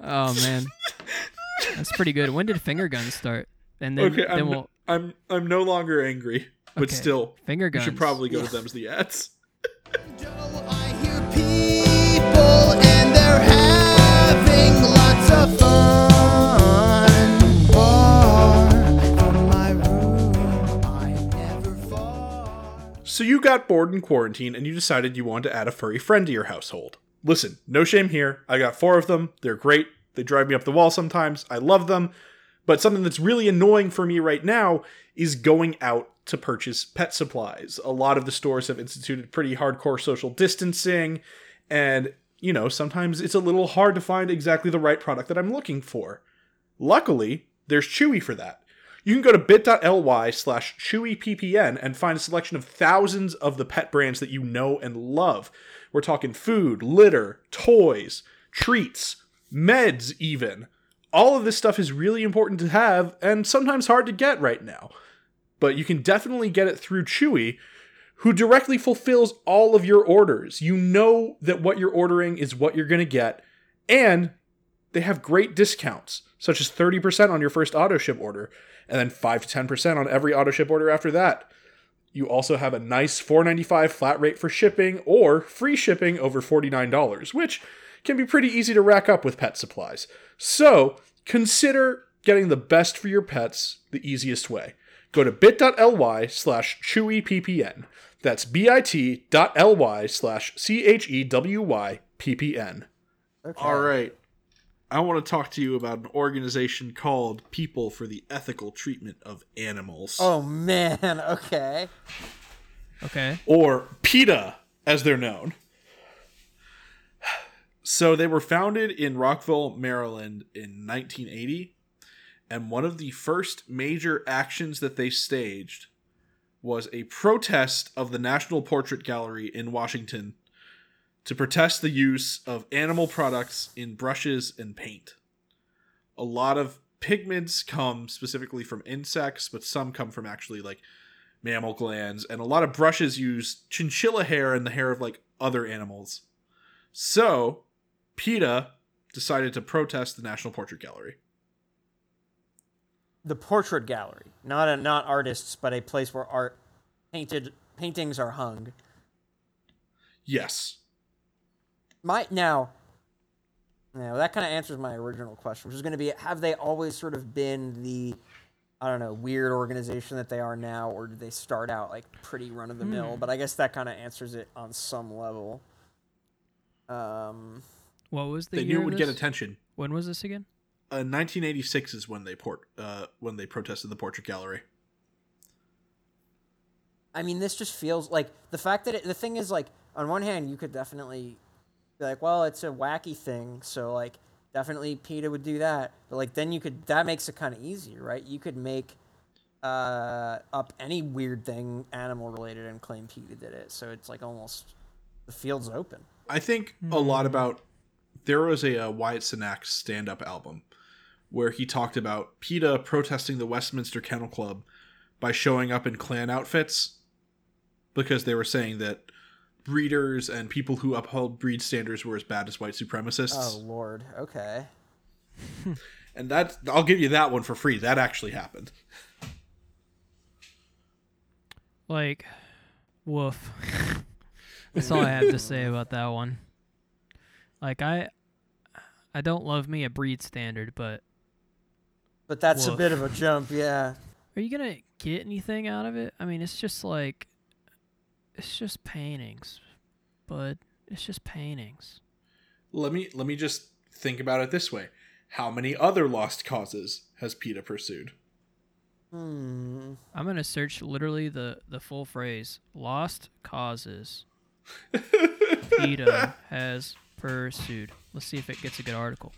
Oh man, that's pretty good. When did finger guns start? And then
okay.
then
I'm,
we'll
I'm I'm no longer angry, but
Okay.
still,
finger
you
guns.
should probably go to them's the ads.
I hear people and they're having lots of fun. Far from my room, I'm never far.
So you got bored in quarantine and you decided you wanted to add a furry friend to your household. Listen, no shame here. I got four of them. They're great. They drive me up the wall sometimes. I love them. But something that's really annoying for me right now is going out to purchase pet supplies. A lot of the stores have instituted pretty hardcore social distancing, and, you know, sometimes it's a little hard to find exactly the right product that I'm looking for. Luckily, there's Chewy for that. You can go to bit.ly slash chewyppn and find a selection of thousands of the pet brands that you know and love. We're talking food, litter, toys, treats, meds, even. All of this stuff is really important to have and sometimes hard to get right now. But you can definitely get it through Chewy, who directly fulfills all of your orders. You know that what you're ordering is what you're going to get, and they have great discounts, such as 30% on your first auto ship order, and then 5 to 10% on every auto ship order after that. You also have a nice $4.95 flat rate for shipping or free shipping over $49, which can be pretty easy to rack up with pet supplies. So consider getting the best for your pets the easiest way. Go to bit.ly slash chewyppn. That's bit.ly slash E C-H-E-W-Y-P-P-N.
Okay.
All right. I want to talk to you about an organization called People for the Ethical Treatment of Animals,
Oh man. Okay.
Okay.
or PETA as they're known. So they were founded in Rockville, Maryland in 1980, and one of the first major actions that they staged was a protest of the National Portrait Gallery in Washington to protest the use of animal products in brushes and paint. A lot of pigments come specifically from insects, but some come from actually like mammal glands, and a lot of brushes use chinchilla hair and the hair of like other animals. So, PETA decided to protest the National Portrait Gallery.
The portrait gallery, not a, not artists, but a place where art painted paintings are hung.
Yes.
My now, now that kind of answers my original question, which is going to be: Have they always sort of been the, I don't know, weird organization that they are now, or did they start out like pretty run of the mill? But I guess that kind of answers it on some level. Um,
What was the
they
year
knew
of
it would get
this?
attention.
When was this again?
Uh, 1986 is when they port uh, when they protested the Portrait Gallery.
I mean, this just feels like the fact that it, the thing is like on one hand you could definitely be like, well, it's a wacky thing, so like definitely PETA would do that. But like then you could that makes it kind of easier, right? You could make uh, up any weird thing animal related and claim PETA did it. So it's like almost the field's open.
I think a lot about there was a, uh Wyatt Cenac stand up album where he talked about PETA protesting the Westminster Kennel Club by showing up in Klan outfits because they were saying that breeders and people who upheld breed standards were as bad as white
Oh
supremacists.
lord, okay.
And that I'll give you that one for free. That actually happened.
Like, woof. That's all I have to say about that one. Like I, I don't love me a breed standard, but
But that's a
Woof.
bit of a jump, yeah.
are you gonna get anything out of it? I mean, it's just like, it's just paintings, but it's just paintings.
Let me let me just think about it this way. How many other lost causes has PETA pursued?
Hmm.
I'm gonna search literally the the full phrase "lost causes." PETA has pursued. Let's see if it gets a good article.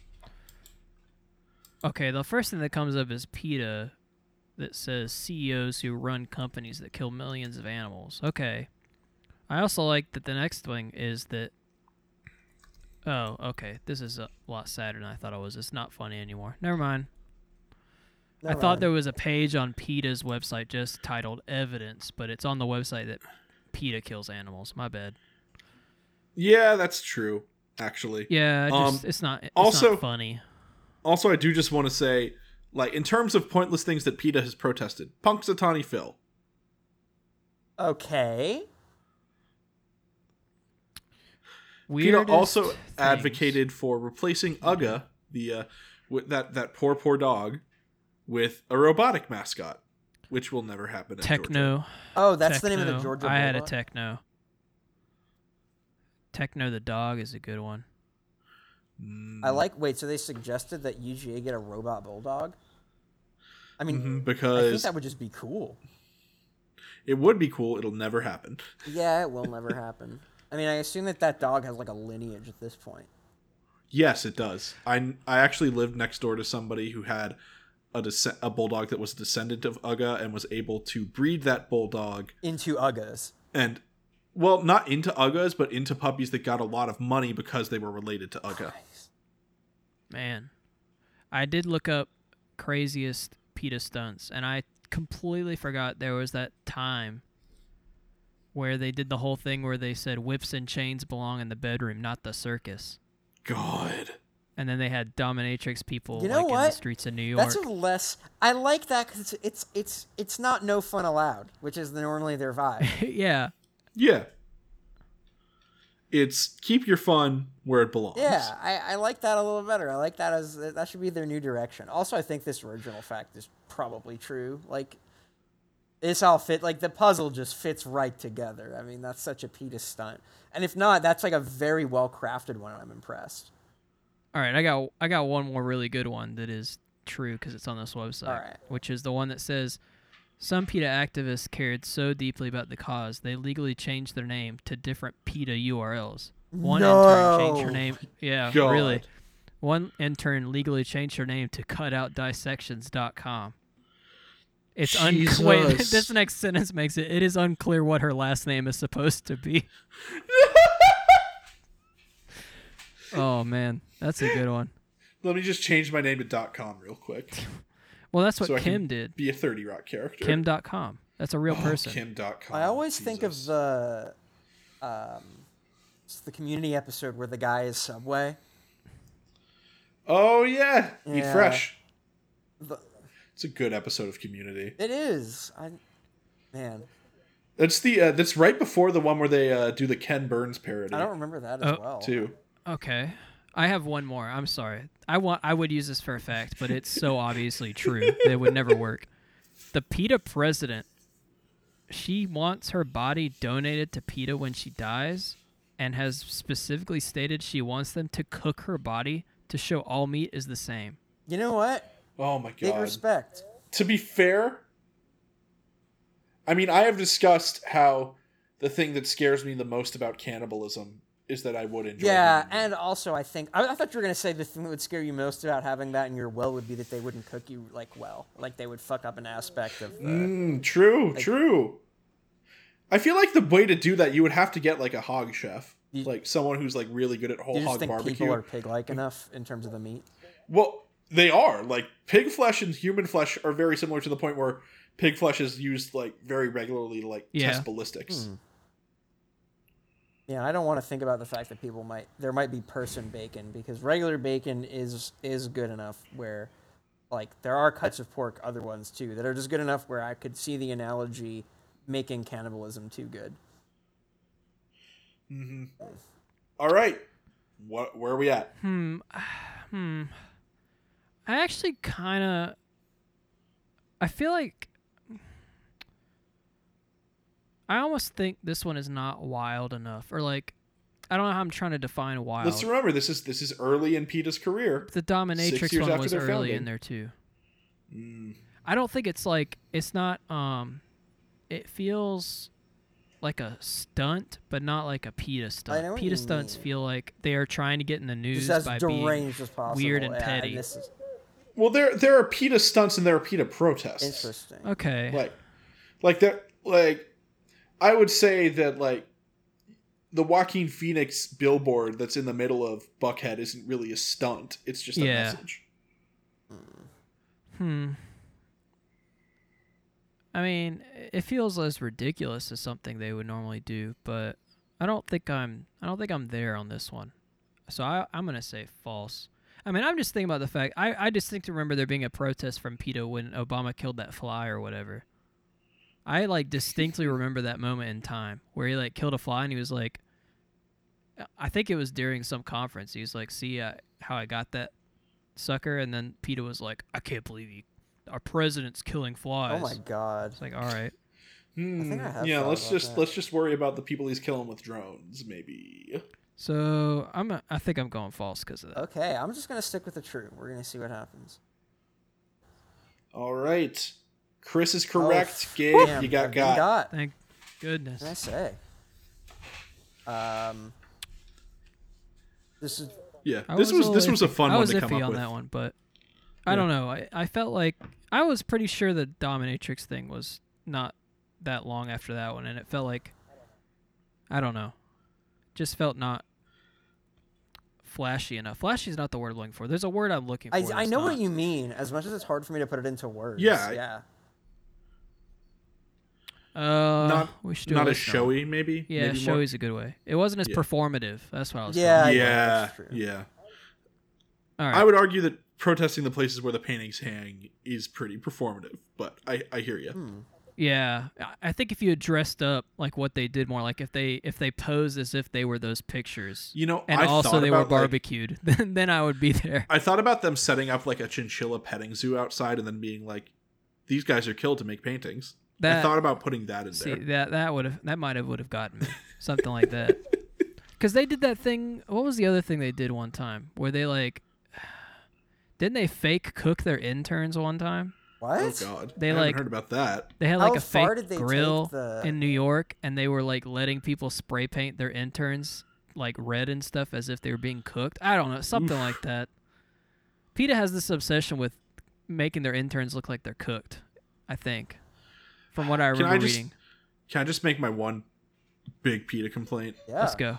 Okay, the first thing that comes up is PETA, that says CEOs who run companies that kill millions of animals. Okay, I also like that the next thing is that. Oh, okay. This is a lot sadder than I thought it was. It's not funny anymore. Never mind. I
Never
thought
mind.
there was a page on PETA's website just titled Evidence, but it's on the website that PETA kills animals. My bad.
Yeah, that's true, actually.
Yeah, I
Um,
just, it's not it's
also-
not funny.
Also, I do just want to say, like, in terms of pointless things that PETA has protested, Punxsutawney Phil.
Okay.
Weird.
PETA also advocated for replacing Uga, the uh, with that that poor poor dog, with a robotic mascot, which will never happen. At Georgia.
techno.
Oh, that's the name of the
Techno.
Georgia.
I had a
Bulldog?
techno. Techno the dog is a good one.
Mm,
I like. Wait, so they suggested that UGA get a robot bulldog? I mean,
mhm,
I think
because
that would just be cool.
it would be cool. It'll never happen.
Yeah, it will never happen. I mean, I assume that that dog has like a lineage at this point.
Yes, it does. I I actually lived next door to somebody who had a desc- a bulldog that was a descendant of Uga and was able to breed that bulldog
Into Uggas.
and well, not into Uggas, but into puppies that got a lot of money because they were related to Ugga.
Man, I did look up craziest PETA stunts, and I completely forgot there was that time where they did the whole thing where they said whips and chains belong in the bedroom, not the circus.
God.
And then they had dominatrix people
You know
like in the
what?
streets of New York.
That's a less. I like that because it's it's it's not no fun allowed, which is normally their vibe.
yeah,
Yeah. It's keep your fun where it belongs.
Yeah, I, I like that a little better. I like that as that should be their new direction. Also, I think this original fact is probably true. Like, this all fit like the puzzle just fits right together. I mean, that's such a PETA stunt, and if not, that's like a very well crafted one. and I'm impressed.
All right, I got I got one more really good one that is true because it's on this website,
Alright.
which is the one that says some PETA activists cared so deeply about the cause they legally changed their name to different PETA URLs. One intern changed her
No.
name. Yeah,
God.
really. One intern legally changed her name to cutoutdissections.com. It's unclear. Wait,
Jesus.
this next sentence makes it. It is unclear what her last name is supposed to be. oh man, that's a good one.
Let me just change my name to dot .com real quick.
Well, that's what
So I can Oh,
Kim did.
Be a 30 Rock character.
Kim.com. That's a real person.
Kim dot com.
I always think
Oh,
of
Jesus.
the, um, it's the community episode where the guy is Subway.
Oh yeah. Eat
Yeah.
fresh.
The-
It's a good episode of Community.
It is. I, man,
That's the uh, that's right before the one where they uh, do the Ken Burns parody
I don't remember that as
Oh.
well.
too.
Okay. I have one more. I'm sorry. I want I would use this for a fact, but it's so obviously true that it would never work. The PETA president she wants her body donated to PETA when she dies and has specifically stated she wants them to cook her body to show all meat is the same.
You know what?
Oh my
Big
god.
respect.
to be fair, I mean, I have discussed how the thing that scares me the most about cannibalism is that I would enjoy.
Yeah,
being-
and also I think I, I thought you were gonna say the thing that would scare you most about having that in your well would be that they wouldn't cook you like well, like they would fuck up an aspect of. The,
Mm, true, true. I feel like the way to do that, you would have to get like a hog chef, like someone who's like really good at whole
you just
hog
think
barbecue.
people are pig-like enough in terms of the meat?
Well, they are like pig flesh and human flesh are very similar to the point where pig flesh is used like very regularly to like
Yeah.
test ballistics.
Hmm. Yeah, I don't want to think about the fact that people might there might be person bacon because regular bacon is is good enough where like there are cuts of pork other ones too that are just good enough where I could see the analogy making cannibalism too good.
All right, what where are we at?
I actually kind of. I feel like. I almost think this one is not wild enough, or like, I don't know how I'm trying to define wild.
Let's remember this is this is early in PETA's career.
the
Six
dominatrix
years
one
after Mm.
was
their
early
founding.
in there too. I don't think it's like it's not. Um, it feels like a stunt, but not like a PETA stunt.
know what
PETA
you
stunts
mean.
feel like they are trying to get in the news
Just as
by being
deranged as possible.
weird and
yeah,
petty.
And this is
Well, there there are PETA stunts and there are PETA protests.
interesting.
okay.
like like that like i would say that like the joaquin phoenix billboard that's in the middle of buckhead isn't really a stunt it's just a
Yeah.
message
Hmm. I mean, it feels as ridiculous as something they would normally do, but I don't think I'm I don't think I'm there on this one. So I I'm gonna say false. I mean, I'm just thinking about the fact I I distinctly remember there being a protest from PETA when Obama killed that fly or whatever. I like distinctly remember that moment in time where he like killed a fly and he was like, I think it was during some conference. He was like, "See uh, how I got that sucker," and then PETA was like, "I can't believe you, our president's killing flies."
Oh my god.
It's like, all right.
Hmm,
think I have
yeah
thought
let's
about
just
that.
let's just worry about the people he's killing with drones maybe
So I'm a, I think I'm going false because of that.
Okay, I'm just gonna stick with the true. We're gonna see what happens.
all right chris is correct
Oh,
gabe
damn,
you
I've
got
been
got
got.
Thank goodness.
What can I say? Um, this is
yeah
I
this was
a
this
little
was a
iffy.
fun
I
one
was
to
iffy
come up
on
with
that one, but I don't know. I, I felt like I was pretty sure the dominatrix thing was not that long after that one, and it felt like I don't know, just felt not flashy enough. Flashy is not the word I'm looking for. There's a word I'm looking for.
I, I
that's
know what
not-
you mean. As much as it's hard for me to put it into words.
Yeah, I- Oh,
yeah.
Uh,
not
we should do
not
a
as
list now.
showy maybe
Yeah,
maybe more-
showy's a good way. It wasn't as
Yeah.
performative. That's what I was.
Yeah. I know,
yeah
that's true.
yeah
All
I
right.
would argue that protesting the places where the paintings hang is pretty performative, but I, I hear you.
Yeah, I- I think if you had dressed up like what they did more, like if they if they posed as if they were those pictures,
You know,
and
I
also
thought
they were
about, like-
barbecued, then then I would be there.
I thought about them setting up like a chinchilla petting zoo outside and then being like, these guys are killed to make paintings. I
That-
thought about putting that in
See
there.
that that would have that might have would have gotten me something like that, because they did that thing. What was the other thing they did one time where they like? Didn't they fake cook their interns one time?
Oh
What?
god.
They,
I haven't
like-
heard about that.
They had
How
like a
far
fake
did they take
grill
the-
in New York, and they were like letting people spray paint their interns like red and stuff as if they were being cooked. I don't know, something like that. PETA has this obsession with making their interns look like they're cooked. I think, from what I
Can
remember
I just
reading.
can I just make my one big PETA complaint?
Yeah.
Let's go.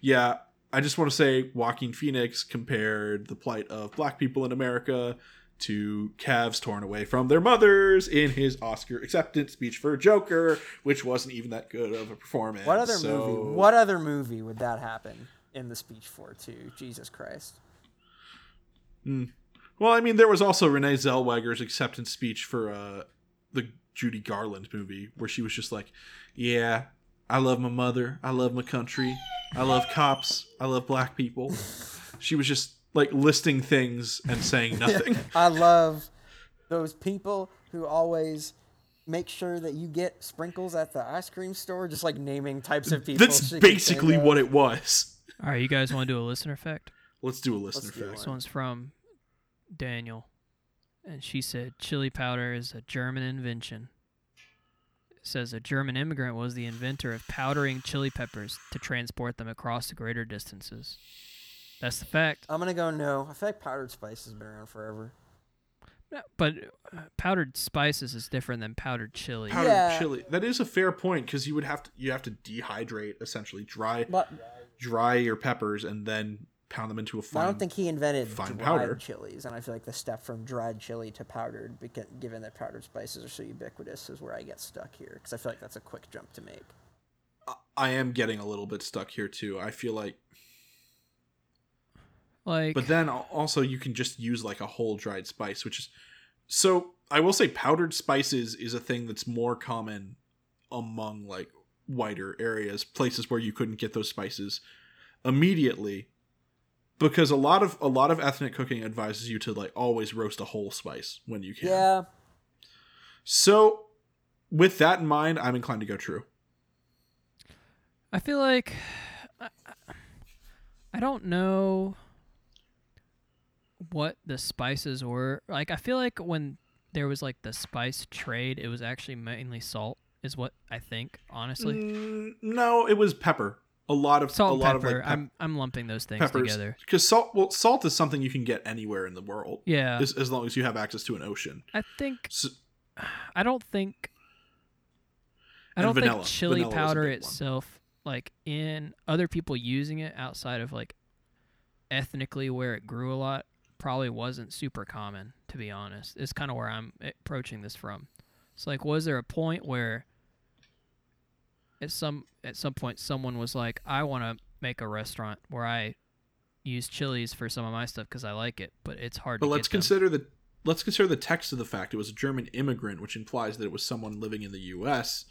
Yeah. I just want to say Walking Phoenix compared the plight of black people in America to calves torn away from their mothers in his Oscar acceptance speech for Joker, which wasn't even that good of a performance.
What other
So-
movie? What other movie would that happen in the speech for? Too Jesus Christ.
Well, I mean, there was also Renee Zellweger's acceptance speech for uh, the Judy Garland movie, where she was just like, "Yeah, I love my mother, I love my country, I love cops, I love black people." she was just like listing things and saying nothing.
I love those people who always make sure that you get sprinkles at the ice cream store, just like naming types of people.
That's basically what it was.
All right, you guys want to do a listener fact?
Let's do a listener
do
fact.
This one's from Daniel, and she said chili powder is a German invention. says a German immigrant was the inventor of powdering chili peppers to transport them across greater distances. That's the fact.
I'm gonna go no. I feel like powdered spice has been around forever.
No, But uh, powdered spices is different than powdered chili.
Powdered
Yeah.
chili. That is a fair point because you would have to you have to dehydrate essentially dry
But
dry your peppers and then pound them into a fine.
I don't think he invented
fine
dried
powder.
chilies, and I feel like the step from dried chili to powdered, because, given that powdered spices are so ubiquitous, is where I get stuck here because I feel like that's a quick jump to make.
I am getting a little bit stuck here too. I feel like,
Like,
but then al- also you can just use like a whole dried spice, which is so. I will say powdered spices is a thing that's more common among like wider areas, places where you couldn't get those spices immediately, because a lot of a lot of ethnic cooking advises you to like always roast a whole spice when you can.
Yeah,
So, with that in mind, I'm inclined to go true.
I feel like I, I don't know what the spices were. Like I feel like when there was like the spice trade, it was actually mainly salt is what I think, honestly.
Mm, no, it was pepper. A lot of
Salt
a
and
lot
pepper.
of like pep-
I'm I'm lumping those things
peppers
together.
because salt. Well, salt is something you can get anywhere in the world.
Yeah.
as, as long as you have access to an ocean.
I think
So,
I don't think I
And
don't
vanilla.
think chili
Vanilla is a
powder
big one.
itself, like in other people using it outside of like ethnically where it grew a lot, probably wasn't super common. To be honest, it's kind of where I'm approaching this from. It's like, was there a point where at some at some point someone was like, I want to make a restaurant where I use chilies for some of my stuff because I like it, but it's hard.
but
to
let's
get them."
consider the let's consider the text of the fact. It was a German immigrant, which implies that it was someone living in the U.S.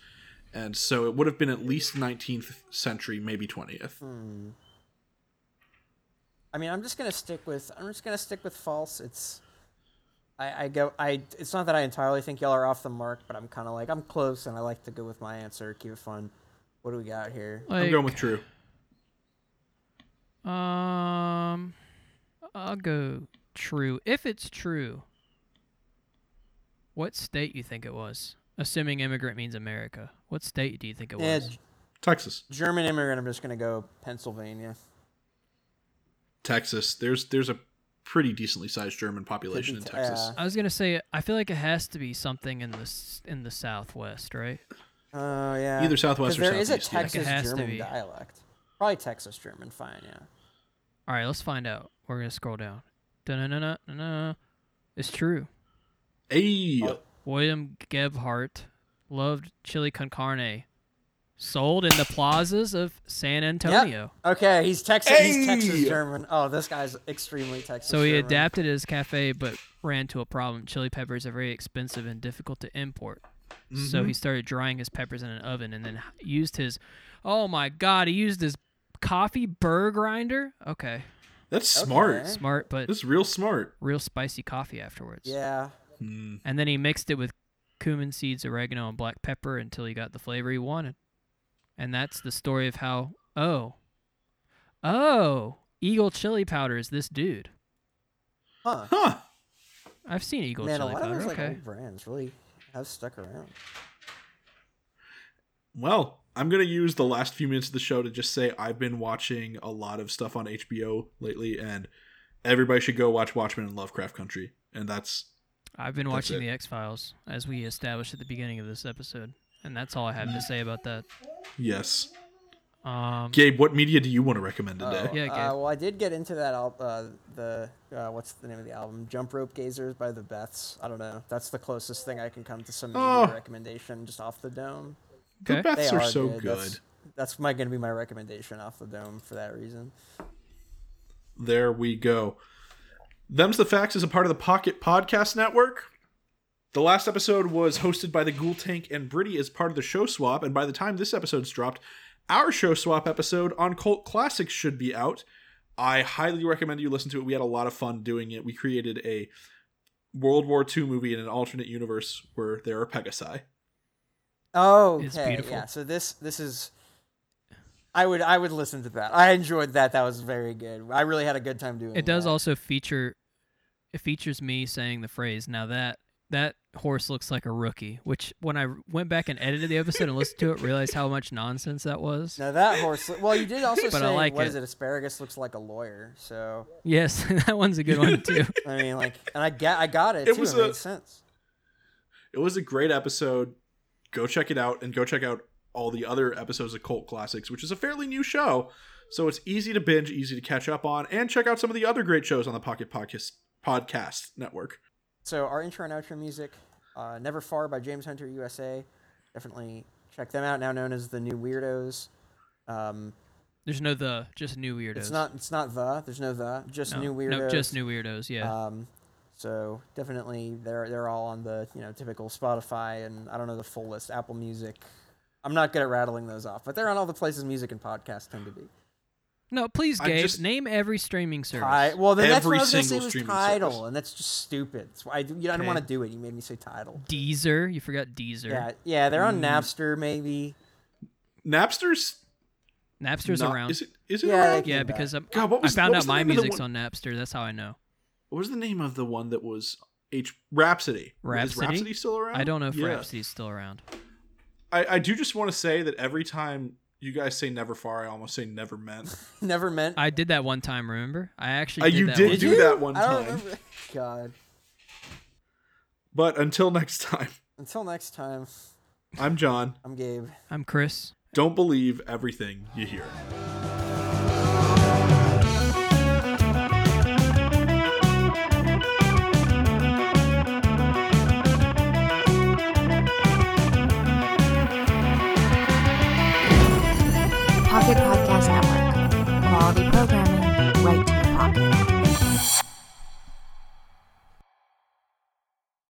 And so it would have been at least 19th century, maybe 20th.
Hmm. I mean, I'm just gonna stick with I'm just gonna stick with false. It's I, I go I. It's not that I entirely think y'all are off the mark, but I'm kind of like I'm close, and I like to go with my answer. Keep it fun. What do we got here?
I'm going with
Like-
true.
Um, I'll go true. If it's true, what state you think it was? Assuming immigrant means America, what state do you think it
Yeah,
was?
Texas,
Eh, German immigrant. I'm just gonna go Pennsylvania.
Texas. There's there's a pretty decently sized German
Could
population
be
in
t- uh,
Texas.
I was gonna say I feel like it has to be something in the s- in the Southwest, right?
yeah. Oh yeah.
Either Southwest
'Cause
or
there is
Southeast, yeah.
a
Like, it
Texas
has to
German
be.
dialect. Probably Texas German. Fine. Yeah.
All right, let's find out. We're gonna scroll down. Da-na-na-na-na. It's true.
Hey,
oh,
William Gebhardt loved chili con carne, sold in the plazas of San
Yep.
Antonio.
Okay, he's Texas. He's Texas
Hey!
German. Oh, this guy's extremely Texas.
So he
German.
adapted his cafe, but ran to a problem. Chili peppers are very expensive and difficult to import. So
Mm-hmm.
he started drying his peppers in an oven and then h- used his. Oh my God, he used his coffee burr grinder? Okay.
that's smart.
Okay.
Smart, but
That's real smart. Hmm.
real spicy coffee afterwards.
Yeah.
And then he mixed it with cumin seeds, oregano, and black pepper until he got the flavor he wanted. And that's the story of how. Oh. Oh. Eagle chili powder is this dude.
Huh.
Huh.
I've seen Eagle
Man, a
chili
lot of
powder.
those like
okay.
old brands really have stuck around.
Well, I'm going to use the last few minutes of the show to just say I've been watching a lot of stuff on HBO lately, and everybody should go watch Watchmen and Lovecraft Country. And that's
I've been watching
it.
the X Files as we established at the beginning of this episode, and that's all I have to say about that.
yes.
Um,
Gabe, what media do you want to recommend today?
Oh,
Yeah,
uh,
Gabe.
well, I did get into that. Al- uh, the uh, what's the name of the album? Jump Rope Gazers by the Beths. I don't know. That's the closest thing I can come to some media
Oh.
recommendation just off the dome.
The
okay.
Beths
They
are, so good.
That's, that's my going to be my recommendation off the dome for that reason.
There we go. Them's the Facts is a part of the Pocket Podcast Network. The last episode was hosted by the Ghoul Tank and Britty as part of the show swap, and by the time this episode's dropped, our show swap episode on cult classics should be out. I highly recommend you listen to it. We had a lot of fun doing it. We created a World War II movie in an alternate universe where there are Pegasi.
Oh, okay.
It's beautiful.
Yeah. So this this is. I would I would listen to that. I enjoyed that. That was very good. I really had a good time doing.
It does
that.
also feature. It features me saying the phrase "Now that that horse looks like a rookie. Which when I went back and edited the episode and listened to it, realized how much nonsense that was.
Now that horse. Well, you did also
But I
say
like
what
it.
is it? Asparagus looks like a lawyer. So
Yes, that one's a good one too.
I mean, like, and I got, I got it.
It
too.
was
it
a-
made sense.
It was a great episode. Go check it out and go check out all the other episodes of Cult Classics, which is a fairly new show. So it's easy to binge, easy to catch up on, and check out some of the other great shows on the Pocket Podcast Podcast Network.
So our intro and outro music, uh, "Never Far" by James Hunter USA. Definitely check them out. Now known as the New Weirdos. Um,
There's no the, just new weirdos.
it's not. It's not the. There's no the. Just
no,
New Weirdos.
No, just new weirdos. Yeah.
Um, so definitely they're they're all on the you know typical Spotify and I don't know the full list Apple Music. I'm not good at rattling those off, but they're on all the places music and podcasts tend to be.
no, please,
I'm
Gabe,
just-
name every streaming service.
Ti- well, then that's
Every
what I was gonna say
single
was
streaming
Tidal,
service.
and that's just stupid. That's why I, you know, I didn't
Okay.
want to do it. You made me say Tidal.
Deezer. You forgot Deezer.
Yeah, yeah, they're
Mm.
on Napster maybe.
Napster's
Napster's
not-
around.
Is it? Is it?
Yeah,
around?
they can-
yeah,
that?
because I'm,
God, what was-
I found
what was
out
the
my
name of the
music's
one-
on Napster. That's how I know.
What was the name of the one that was H Rhapsody? Is
Rhapsody?
Rhapsody still around?
I don't know if
Yeah.
Rhapsody's still around.
I, I do just want to say that every time you guys say never far, I almost say never meant.
Never meant.
I did that one time. Remember? I actually.
Uh,
did
you
that
did
one
do
time.
that one
I don't
time.
remember. God.
But until next time,
Until next time,
I'm John.
I'm Gabe.
I'm Chris.
Don't believe everything you hear.
Pocket Podcast Network. Quality programming right to your pocket.